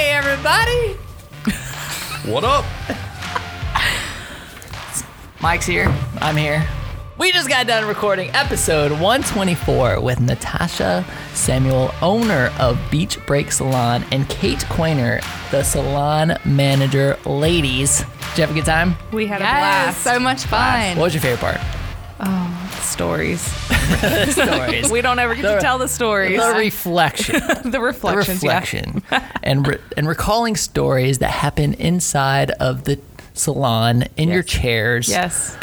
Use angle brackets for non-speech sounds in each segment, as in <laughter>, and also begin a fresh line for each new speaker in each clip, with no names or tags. everybody.
What up?
Mike's here. I'm here. We just got done recording episode 124 with Natasha Samuel, owner of Beach Break Salon, and Kate Quainer, the salon manager. Ladies, did you have a good time?
We had a
Yes,
blast.
so much fun.
What was your favorite part?
Stories.
The <laughs> stories.
We don't ever get
The-
to tell the stories.
the <laughs> reflection.
<laughs> The reflections.
the reflection <laughs> and re- and recalling stories that happen inside of the salon in your chairs.
Yeah. Yes.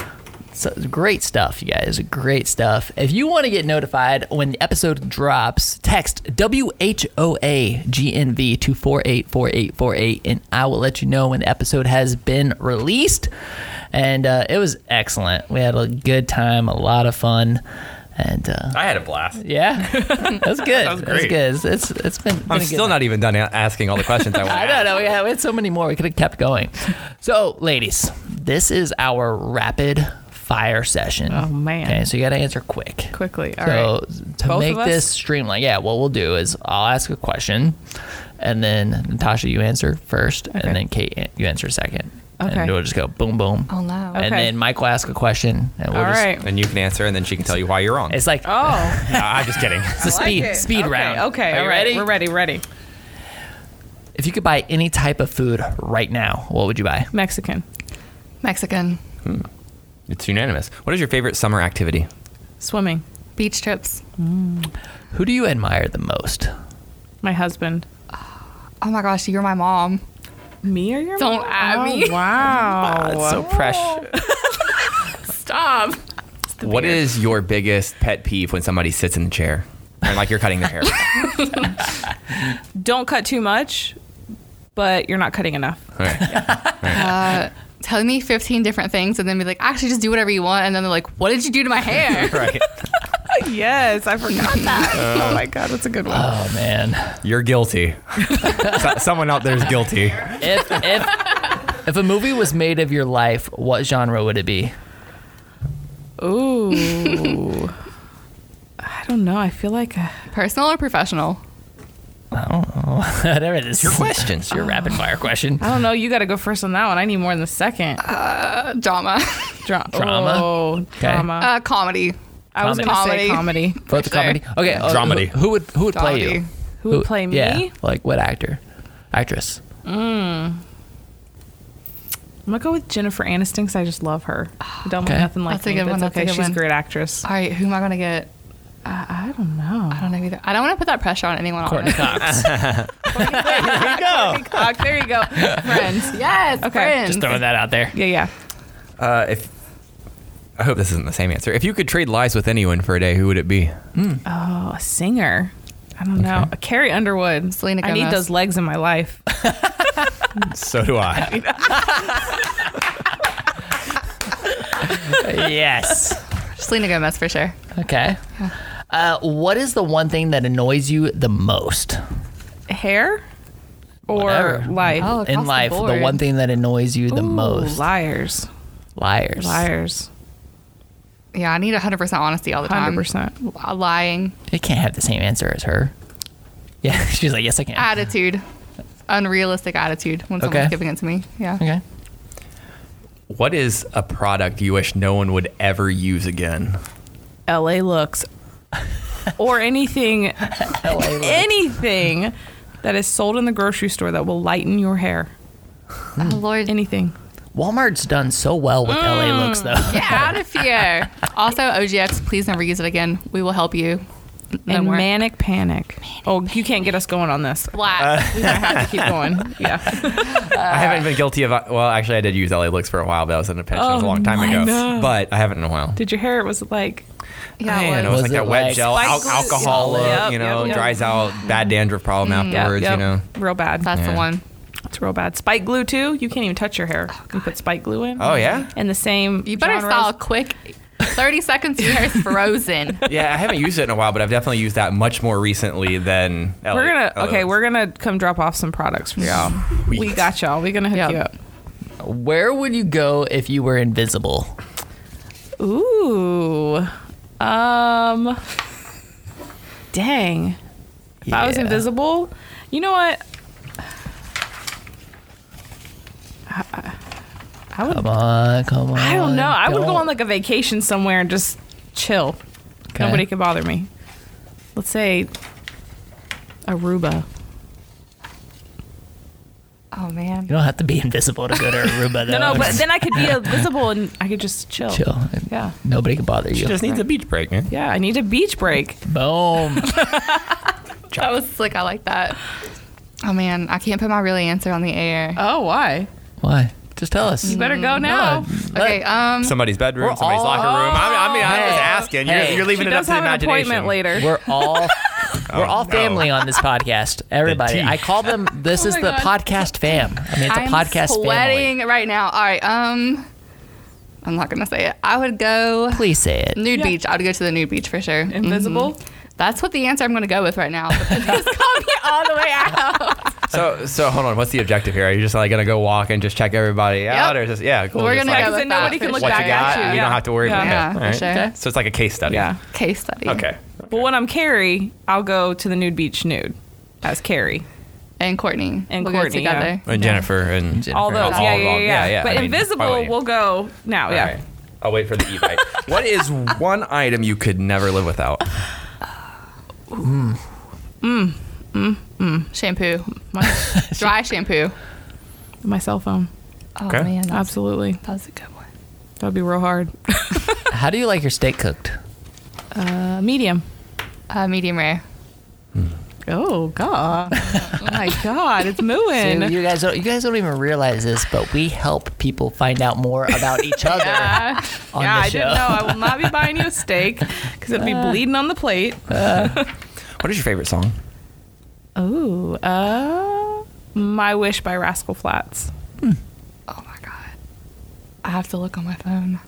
So great stuff, you guys. Great stuff. If you want to get notified when the episode drops, text WHOAGNV to 484848 and I will let you know when the episode has been released. And uh, it was excellent. We had a good time, a lot of fun. And uh,
I had a blast.
yeah, <laughs> that was good. That was
was great.
good. It's, it's, it's been, been a
I'm
good
still
night.
not even done a- asking all the <laughs> questions I want.
I don't know. We had, we had so many more. We could have kept going. So, ladies, this is our rapid fire session.
Oh, man.
Okay, so you got to answer quick.
Quickly. All right.
so to
Both
make
of us?
this streamlined, yeah, what we'll do is I'll ask a question, and then Natasha, you answer first,
Okay.
and then Kate, an- you answer second,
Okay.
and we'll just go boom, boom.
Oh, no.
And
Okay.
then Mike will ask a question, and we'll
All
just.
right.
And you can answer, and then she can tell you why you're wrong.
It's like
<laughs> Oh.
No, I'm just <laughs> kidding.
it's a speed
Okay.
speed
okay.
round.
Okay.
Are you
all right.
ready?
We're ready. Ready.
If you could buy any type of food right now, what would you buy?
Mexican.
Mexican
It's unanimous. What is your favorite summer activity?
Swimming.
beach trips.
Who do you admire the most?
My husband.
Oh my gosh, you're my mom.
Me or your
Don't
mom?
at
Oh,
me.
<laughs> Wow.
It's so
Oh. <laughs>
precious.
Stop.
What is your biggest pet peeve when somebody sits in the chair? Or like you're cutting their hair. <laughs>
Don't cut too much, but you're not cutting enough.
All right.
Telling me 15 different things and then be like, actually, just do whatever you want. And then they're like, what did you do to my
<laughs>
hair?
right.
yes, I <laughs> forgot that. oh my god, that's a good one.
Oh man.
You're <laughs> guilty. So- someone out there is guilty.
If if if a movie was made of your life, what genre would it be?
Ooh. <laughs> I don't know. I feel like uh,
Personal or professional?
I don't know. <laughs> Whatever it is.
Your questions. <laughs>
Your rapid fire question.
I don't know. You got to go first on that one. I need more than the second.
Uh, drama.
Uh-huh.
Dra-
Drama?
Oh, drama.
Uh, comedy.
I was gonna say
<laughs>
comedy.
Both the
Sure.
comedy. Okay. uh,
Dramedy.
Who, who would who would play you?
Dramedy.
Who would play me?
Yeah. Like what actor? Actress.
I'm gonna go with Jennifer Aniston because I just love <sighs> her. I don't
Okay.
want nothing like
That's a
me.
good
but
one,
it's
that's a
okay.
good
She's a
one.
great actress.
All right, who am I going to get?
I don't know. <laughs>
I don't know either. I don't want to put that pressure on anyone.
Courtney Cox.
There you go. Ah, There you go.
Friends.
<laughs>
Yes.
Okay.
Friends.
Just throwing that out there.
<laughs> Yeah, yeah.
Uh, if I hope this isn't the same answer. If you could trade lives with anyone for a day, who would it be?
Oh, a singer. I don't know. Carrie Underwood.
Selena
I need
Gomez.
those legs in
<laughs>
my life.
So do I.
yes.
Selena Gomez for sure.
Okay. Uh, what is the one thing that annoys you the most
Hair or
Whatever.
life?
Oh, across
in
the
life?
board.
one thing that annoys you the
Ooh,
most.
liars.
Liars.
Liars.
Yeah, I need 100% honesty all the time.
100%.
L- Lying,
You can't have the same answer as her. Yeah, <laughs> she's like, yes, I can.
attitude, unrealistic attitude when someone's
Okay.
giving it to me. Yeah.
okay.
What is a product you wish no one would ever use again?
LA
<laughs>
looks. or anything anything that is sold in the grocery store that will lighten your hair.
Oh, Lord.
Anything.
Walmart's done so well with
Mm.
LA looks, though. <laughs>
Get out of here. also, OGX, please never use it again. We will help you. No
and
more.
manic panic. oh, you can't get us going on this.
Uh,
Black.
We're gonna have to keep <laughs> going. Yeah.
I haven't been guilty of. Well, actually, I did use LA Looks for a while, but I was in a pension. it was a
Oh,
long time
I
ago.
know.
But I haven't in a while.
Did your hair? It was like
yeah, it
Man, it
Was
was,
was.
like
it
that wet
like
gel, al-
spikes?
alcohol look,
Yep,
you know,
yep, yep.
dries out, bad dandruff problem
yeah,
afterwards,
yep.
you know.
real bad.
That's the
Yeah.
one.
It's real bad. Spike glue too. You can't even touch your hair. you put spike glue in.
Oh, yeah?
And the same.
You better
genres.
style quick. 30 seconds, your hair's frozen.
Yeah, I haven't used it in a while, but I've definitely used that much more recently than LA.
We're gonna
LA
okay.
Looks.
We're gonna come drop off some products for y'all.
Sweet.
We got y'all. We're gonna hook
Yeah.
you up.
Where would you go if you were invisible?
Ooh. Um. Dang. If I was
Yeah.
invisible, you know what? I would.
Come on, come on.
I don't know. I would go on like a vacation somewhere and just chill.
Okay.
Nobody could bother me. Let's say Aruba.
Oh man.
You don't have to be invisible to go to Aruba.
<laughs> No, no,
though.
but then I could be invisible and I could just
<laughs>
chill.
chill.
Yeah.
Nobody can bother
She
you.
just needs a beach break, man.
Yeah, I need a beach break. <laughs>
Boom.
That was slick. I like that. Oh man, I can't put my real answer on the air.
Oh, why?
Why? Just tell us.
You better go now.
Okay, um,
Somebody's bedroom,
We're
somebody's
all-
locker room. I'm, I mean, I'm just
Hey.
asking.
Hey.
You're, you're leaving
She
it up
does
to the
have an
imagination. Oh,
appointment later.
We're
<laughs>
all we're all
no.
family on
<laughs>
this podcast. Everybody.
teeth.
I call them this is
Oh my
the
God.
podcast fam. I mean it's a
I'm
podcast family.
sweating right now. All right, um, I'm not gonna say it. I would go
Please say it.
nude
Yeah.
beach. I would go to the nude beach for sure.
Mm-hmm. <laughs>
Mm-hmm.
Invisible.
That's what the answer I'm gonna go with right
<laughs>
now. But this got me all the way out.
So, so hold on. What's the objective here? Are you just like gonna go walk and just check everybody out, or just <laughs> yeah, cool.
We're
just,
gonna
like,
go
Because
with
then nobody
that
can
for
look
sure.
what
back
you got.
at you.
You don't have to worry. about
Yeah,
it.
for
All right.
sure.
Okay. So it's like a case study.
Yeah.
Case study.
Okay.
But when I'm Carrie, I'll go to the nude beach nude as Carrie.
And Courtney.
And
we'll go
Courtney, yeah.
together.
And Jennifer and
Jennifer.
All those.
All
yeah,
of
yeah, yeah,
them. Yeah, yeah.
But
I mean, why
invisible
wouldn't you?
will go now.
All
yeah.
right. I'll wait for the e-bike. <laughs> what is one item you could never live without?
<laughs> Shampoo.
My,
Dry shampoo.
my cell phone.
Oh
Okay.
man, that was,
Absolutely.
that was a good one.
That would be real hard.
How do you like your steak cooked?
Uh, medium.
Uh, medium rare.
Oh God! oh my God! It's moving.
you guys don't you guys don't even realize this, but we help people find out more <laughs> about each other
yeah,
on
yeah
the
I
show.
didn't know. I will not be buying you a steak because it'd be bleeding on the plate.
What is your favorite song?
Oh, uh, my wish by Rascal Flats.
Oh my god. I have to look on my phone.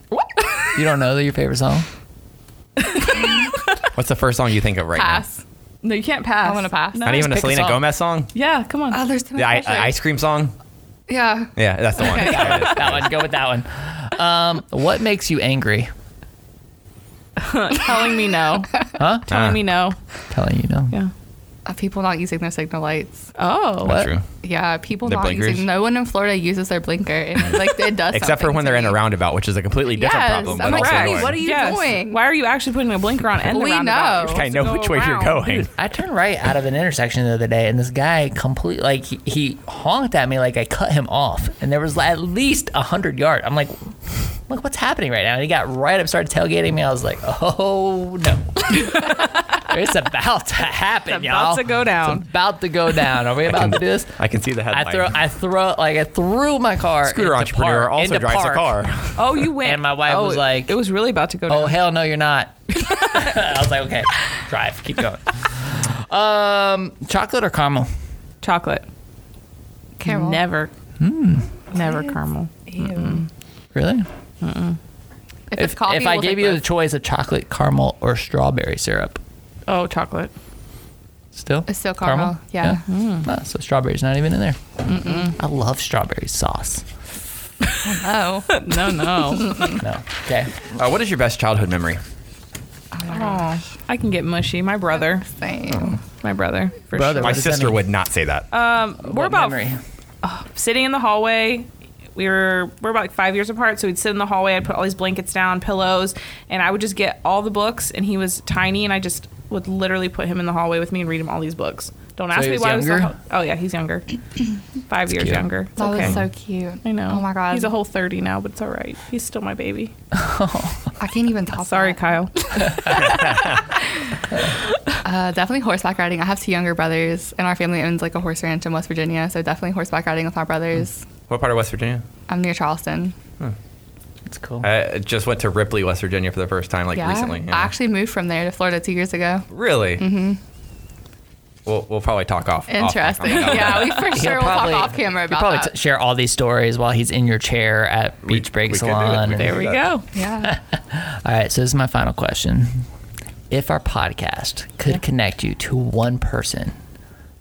You don't know your favorite song?
What's the first song you think of right
Pass.
No, you can't pass.
I wanna pass.
No.
now? Not even a
pick a
Selena
song.
Gomez song.
Yeah, come on. <laughs>
Oh, there's too
The I-
much.
uh, ice cream song.
<laughs> yeah.
Yeah, that's the one. There it is.
That one, go with that one. Um, what makes you angry?
telling me no.
Huh?
telling
Ah.
me no.
Telling you no.
Yeah.
Uh, people not using their signal lights.
Oh.
What?
True.
Yeah, people
Their
not
blinkers?
using. No one in Florida uses their blinker, and it, like it
<laughs>
does.
Except for
something
when
to
they're in
me.
a roundabout, which is a completely different
Yes,
problem. but
I'm like,
also
Courtney,
annoying.
what are you
Yes.
doing?
Why are you actually putting a blinker on? And the
We
roundabout?
know.
You're
I
supposed to
know
go
which way you're
around.
going.
I turned right out of an intersection the other day, and this guy complete like he, he honked at me like I cut him off, and there was at least a hundred yard. I'm like, look what's happening right now, and he got right up, started tailgating me. I was like, oh
<laughs>
no, it's about to happen,
It's about
y'all.
to go down.
It's about to go down. Are we about to do this?
I can see the headline.
I throw, I throw, like I threw my car.
Scooter
into
entrepreneur
park,
also
into
drives
park.
a car.
<laughs> Oh, you went.
And my wife
Oh,
was like-
"It was really about to go down."
Oh hell no, you're not. <laughs> I was like, okay, drive, keep going. Um, chocolate or caramel?
Chocolate.
Caramel.
Never.
Hmm.
Never caramel.
Ew.
Really?
If, it's
If,
coffee,
if I
we'll
gave
take
you the
both.
choice of chocolate, caramel, or strawberry syrup,
Oh, chocolate.
still?
It's still caramel, yeah. Mm.
Ah, so strawberry's not even in there. I love strawberry sauce.
oh,
<laughs> No, <laughs> no.
No. Okay.
Uh, what is your best childhood memory?
oh, I can get mushy. My brother.
same.
Oh,
My brother. For
Brother.
My
What does that
sister
mean?
would not say that.
Sure. We're
What
about
memory?
sitting in the hallway. We were we're about like five years apart, so we'd sit in the hallway. I'd put all these blankets down, pillows, and I would just get all the books. And he was tiny, and I just would literally put him in the hallway with me and read him all these books. Don't ask
he
me
was
why I was.
younger?
So, oh yeah, he's younger. Five years
cute.
younger. It's
That
okay.
was so cute.
I know.
Oh my god.
He's a whole thirty now, but it's all right. He's still my baby.
I can't even top.
Sorry,
<laughs>
that.
Kyle.
Uh, definitely horseback riding. I have two younger brothers, and our family owns like a horse ranch in West Virginia. So definitely horseback riding with my brothers.
What part of West Virginia?
I'm near Charleston.
That's cool.
I just went to Ripley, West Virginia for the first time, like
yeah.
recently. yeah.
I actually moved from there to Florida two years ago.
really? Mm-hmm. We'll, we'll probably talk off. off mic on
Interesting.
<laughs> that one.
<laughs> yeah, we for sure will talk
probably-
off camera
You
about
probably
that.
t- share all these stories while he's in your chair at
We-
Beach Break
we could do it.
Salon.
We could
There we go.
yeah.
All right, so this is my final question. If our podcast could connect you to one person,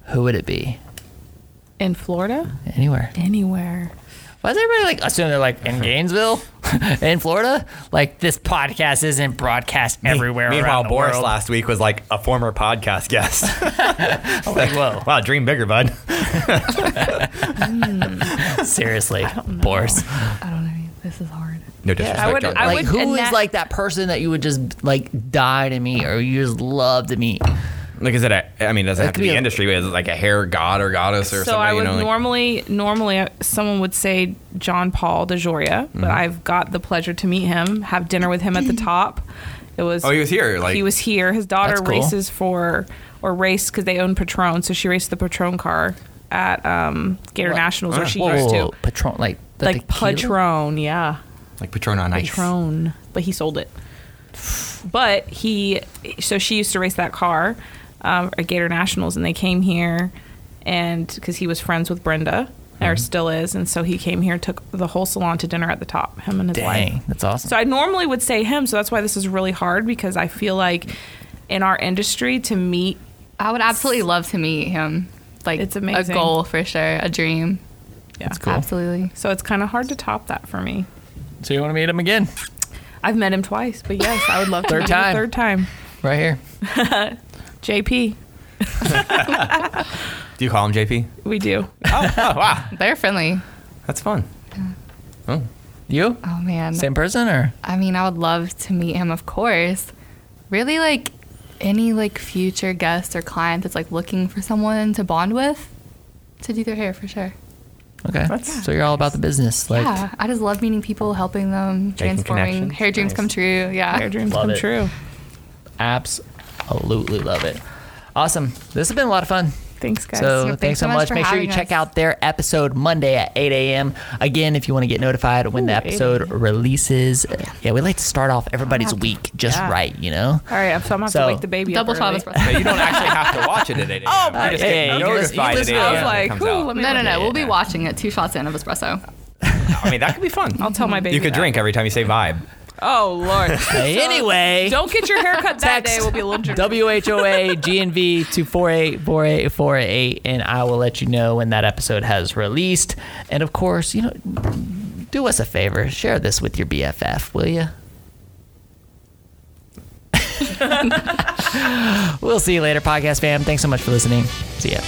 who would it be?
In Florida,
Anywhere.
anywhere.
Why does everybody like assume they're like
<laughs>
in Gainesville, <laughs> in Florida? Like this podcast isn't broadcast everywhere
Meanwhile,
around the
Boris
world.
last week was like a former
<laughs>
podcast guest. <laughs>
like, Oh, whoa,
wow, dream bigger, bud.
<laughs> seriously, Boris.
<laughs>
I don't know. this is hard.
No disrespect,
I would-
John.
I
like
Like,
would-
who
and
is
that-
like that person that you would just like die to meet or you just love to meet?
like I said, I, I mean, it doesn't have
could
to be
be a-
industry, but it's like a hair god or goddess or
So
something.
I would
you know, like,
normally, normally uh, someone would say John Paul DeJoria,
Mm-hmm.
but I've got the pleasure to meet him, have dinner with him at the top. It was
oh, he was here. Like
he was here. His daughter
That's cool.
races for or raced because they own Patron, so she raced the Patron car at um, Gator
What?
Nationals,
Oh.
or she
Whoa,
used
whoa,
to.
whoa, Patron, like the
like
tequila?
Patron, yeah.
like Patron on ice.
Patron, but he sold it. But he, so she used to race that car um, at Gator Nationals, and they came here, and because he was friends with Brenda,
Mm-hmm.
or still is, and so he came here, took the whole salon to dinner at the top, him and his wife.
Dang, that's awesome.
So I normally would say him, so that's why this is really hard because I feel like in our industry to meet
I would absolutely love to meet him. Like
It's
a
amazing.
goal for sure, a dream.
yeah.
That's cool.
Absolutely.
So it's kind of hard to top that for me.
So you want to meet him again,
I've met him twice, but yes, I would love to
Third
meet him a
time.
Third time,
right here?
JP,
Do you call him JP?
<laughs>
we do.
Oh, oh, wow,
They're friendly.
that's fun.
You
Oh man.
same person or
I mean, I would love to meet him, of course. Really, like any like future guest or client that's like looking for someone to bond with to do their hair for sure.
okay? so you're all about the business, like
yeah, I just love meeting people, helping them, transforming
connections.
hair dreams
Nice.
come true. Yeah.
Our dreams
Love
come
it.
true.
absolutely love it. Awesome. This has been a lot of fun.
Thanks, guys.
So
Yeah,
thanks, so much.
for
Make sure you
having
check
us.
out their episode Monday at 8 a.m. Again, if you want to get notified when the
Ooh, 8
episode releases, yeah. we like to start off everybody's
have to-
week just
yeah.
right, you know.
All right, so I'm gonna have
So-
to wake the baby
Double
up.
shot
early.
espresso.
But you don't actually have to watch it at 8 a.m. Oh, you just
yeah,
get
yeah, you can listen- you
notified
can
at 8
listen- I
a.m.
was
when it
like,
comes
"Ooh,
out."
<laughs> let me-
No, no, no. We'll be
Yeah.
watching it. Two shots in of espresso.
I mean, that could be fun.
I'll tell my <laughs> baby.
You could
that.
drink every time you say vibe.
Oh Lord.
<laughs>
anyway,
Don't get your hair cut that day.
Text
We'll be a little jerk.
WHOA GNV 2484848, and I will let you know when that episode has released. And of course, you know, do us a favor, share this with your BFF, will <laughs> you? we'll see you later, podcast fam. Thanks so much for listening. See ya.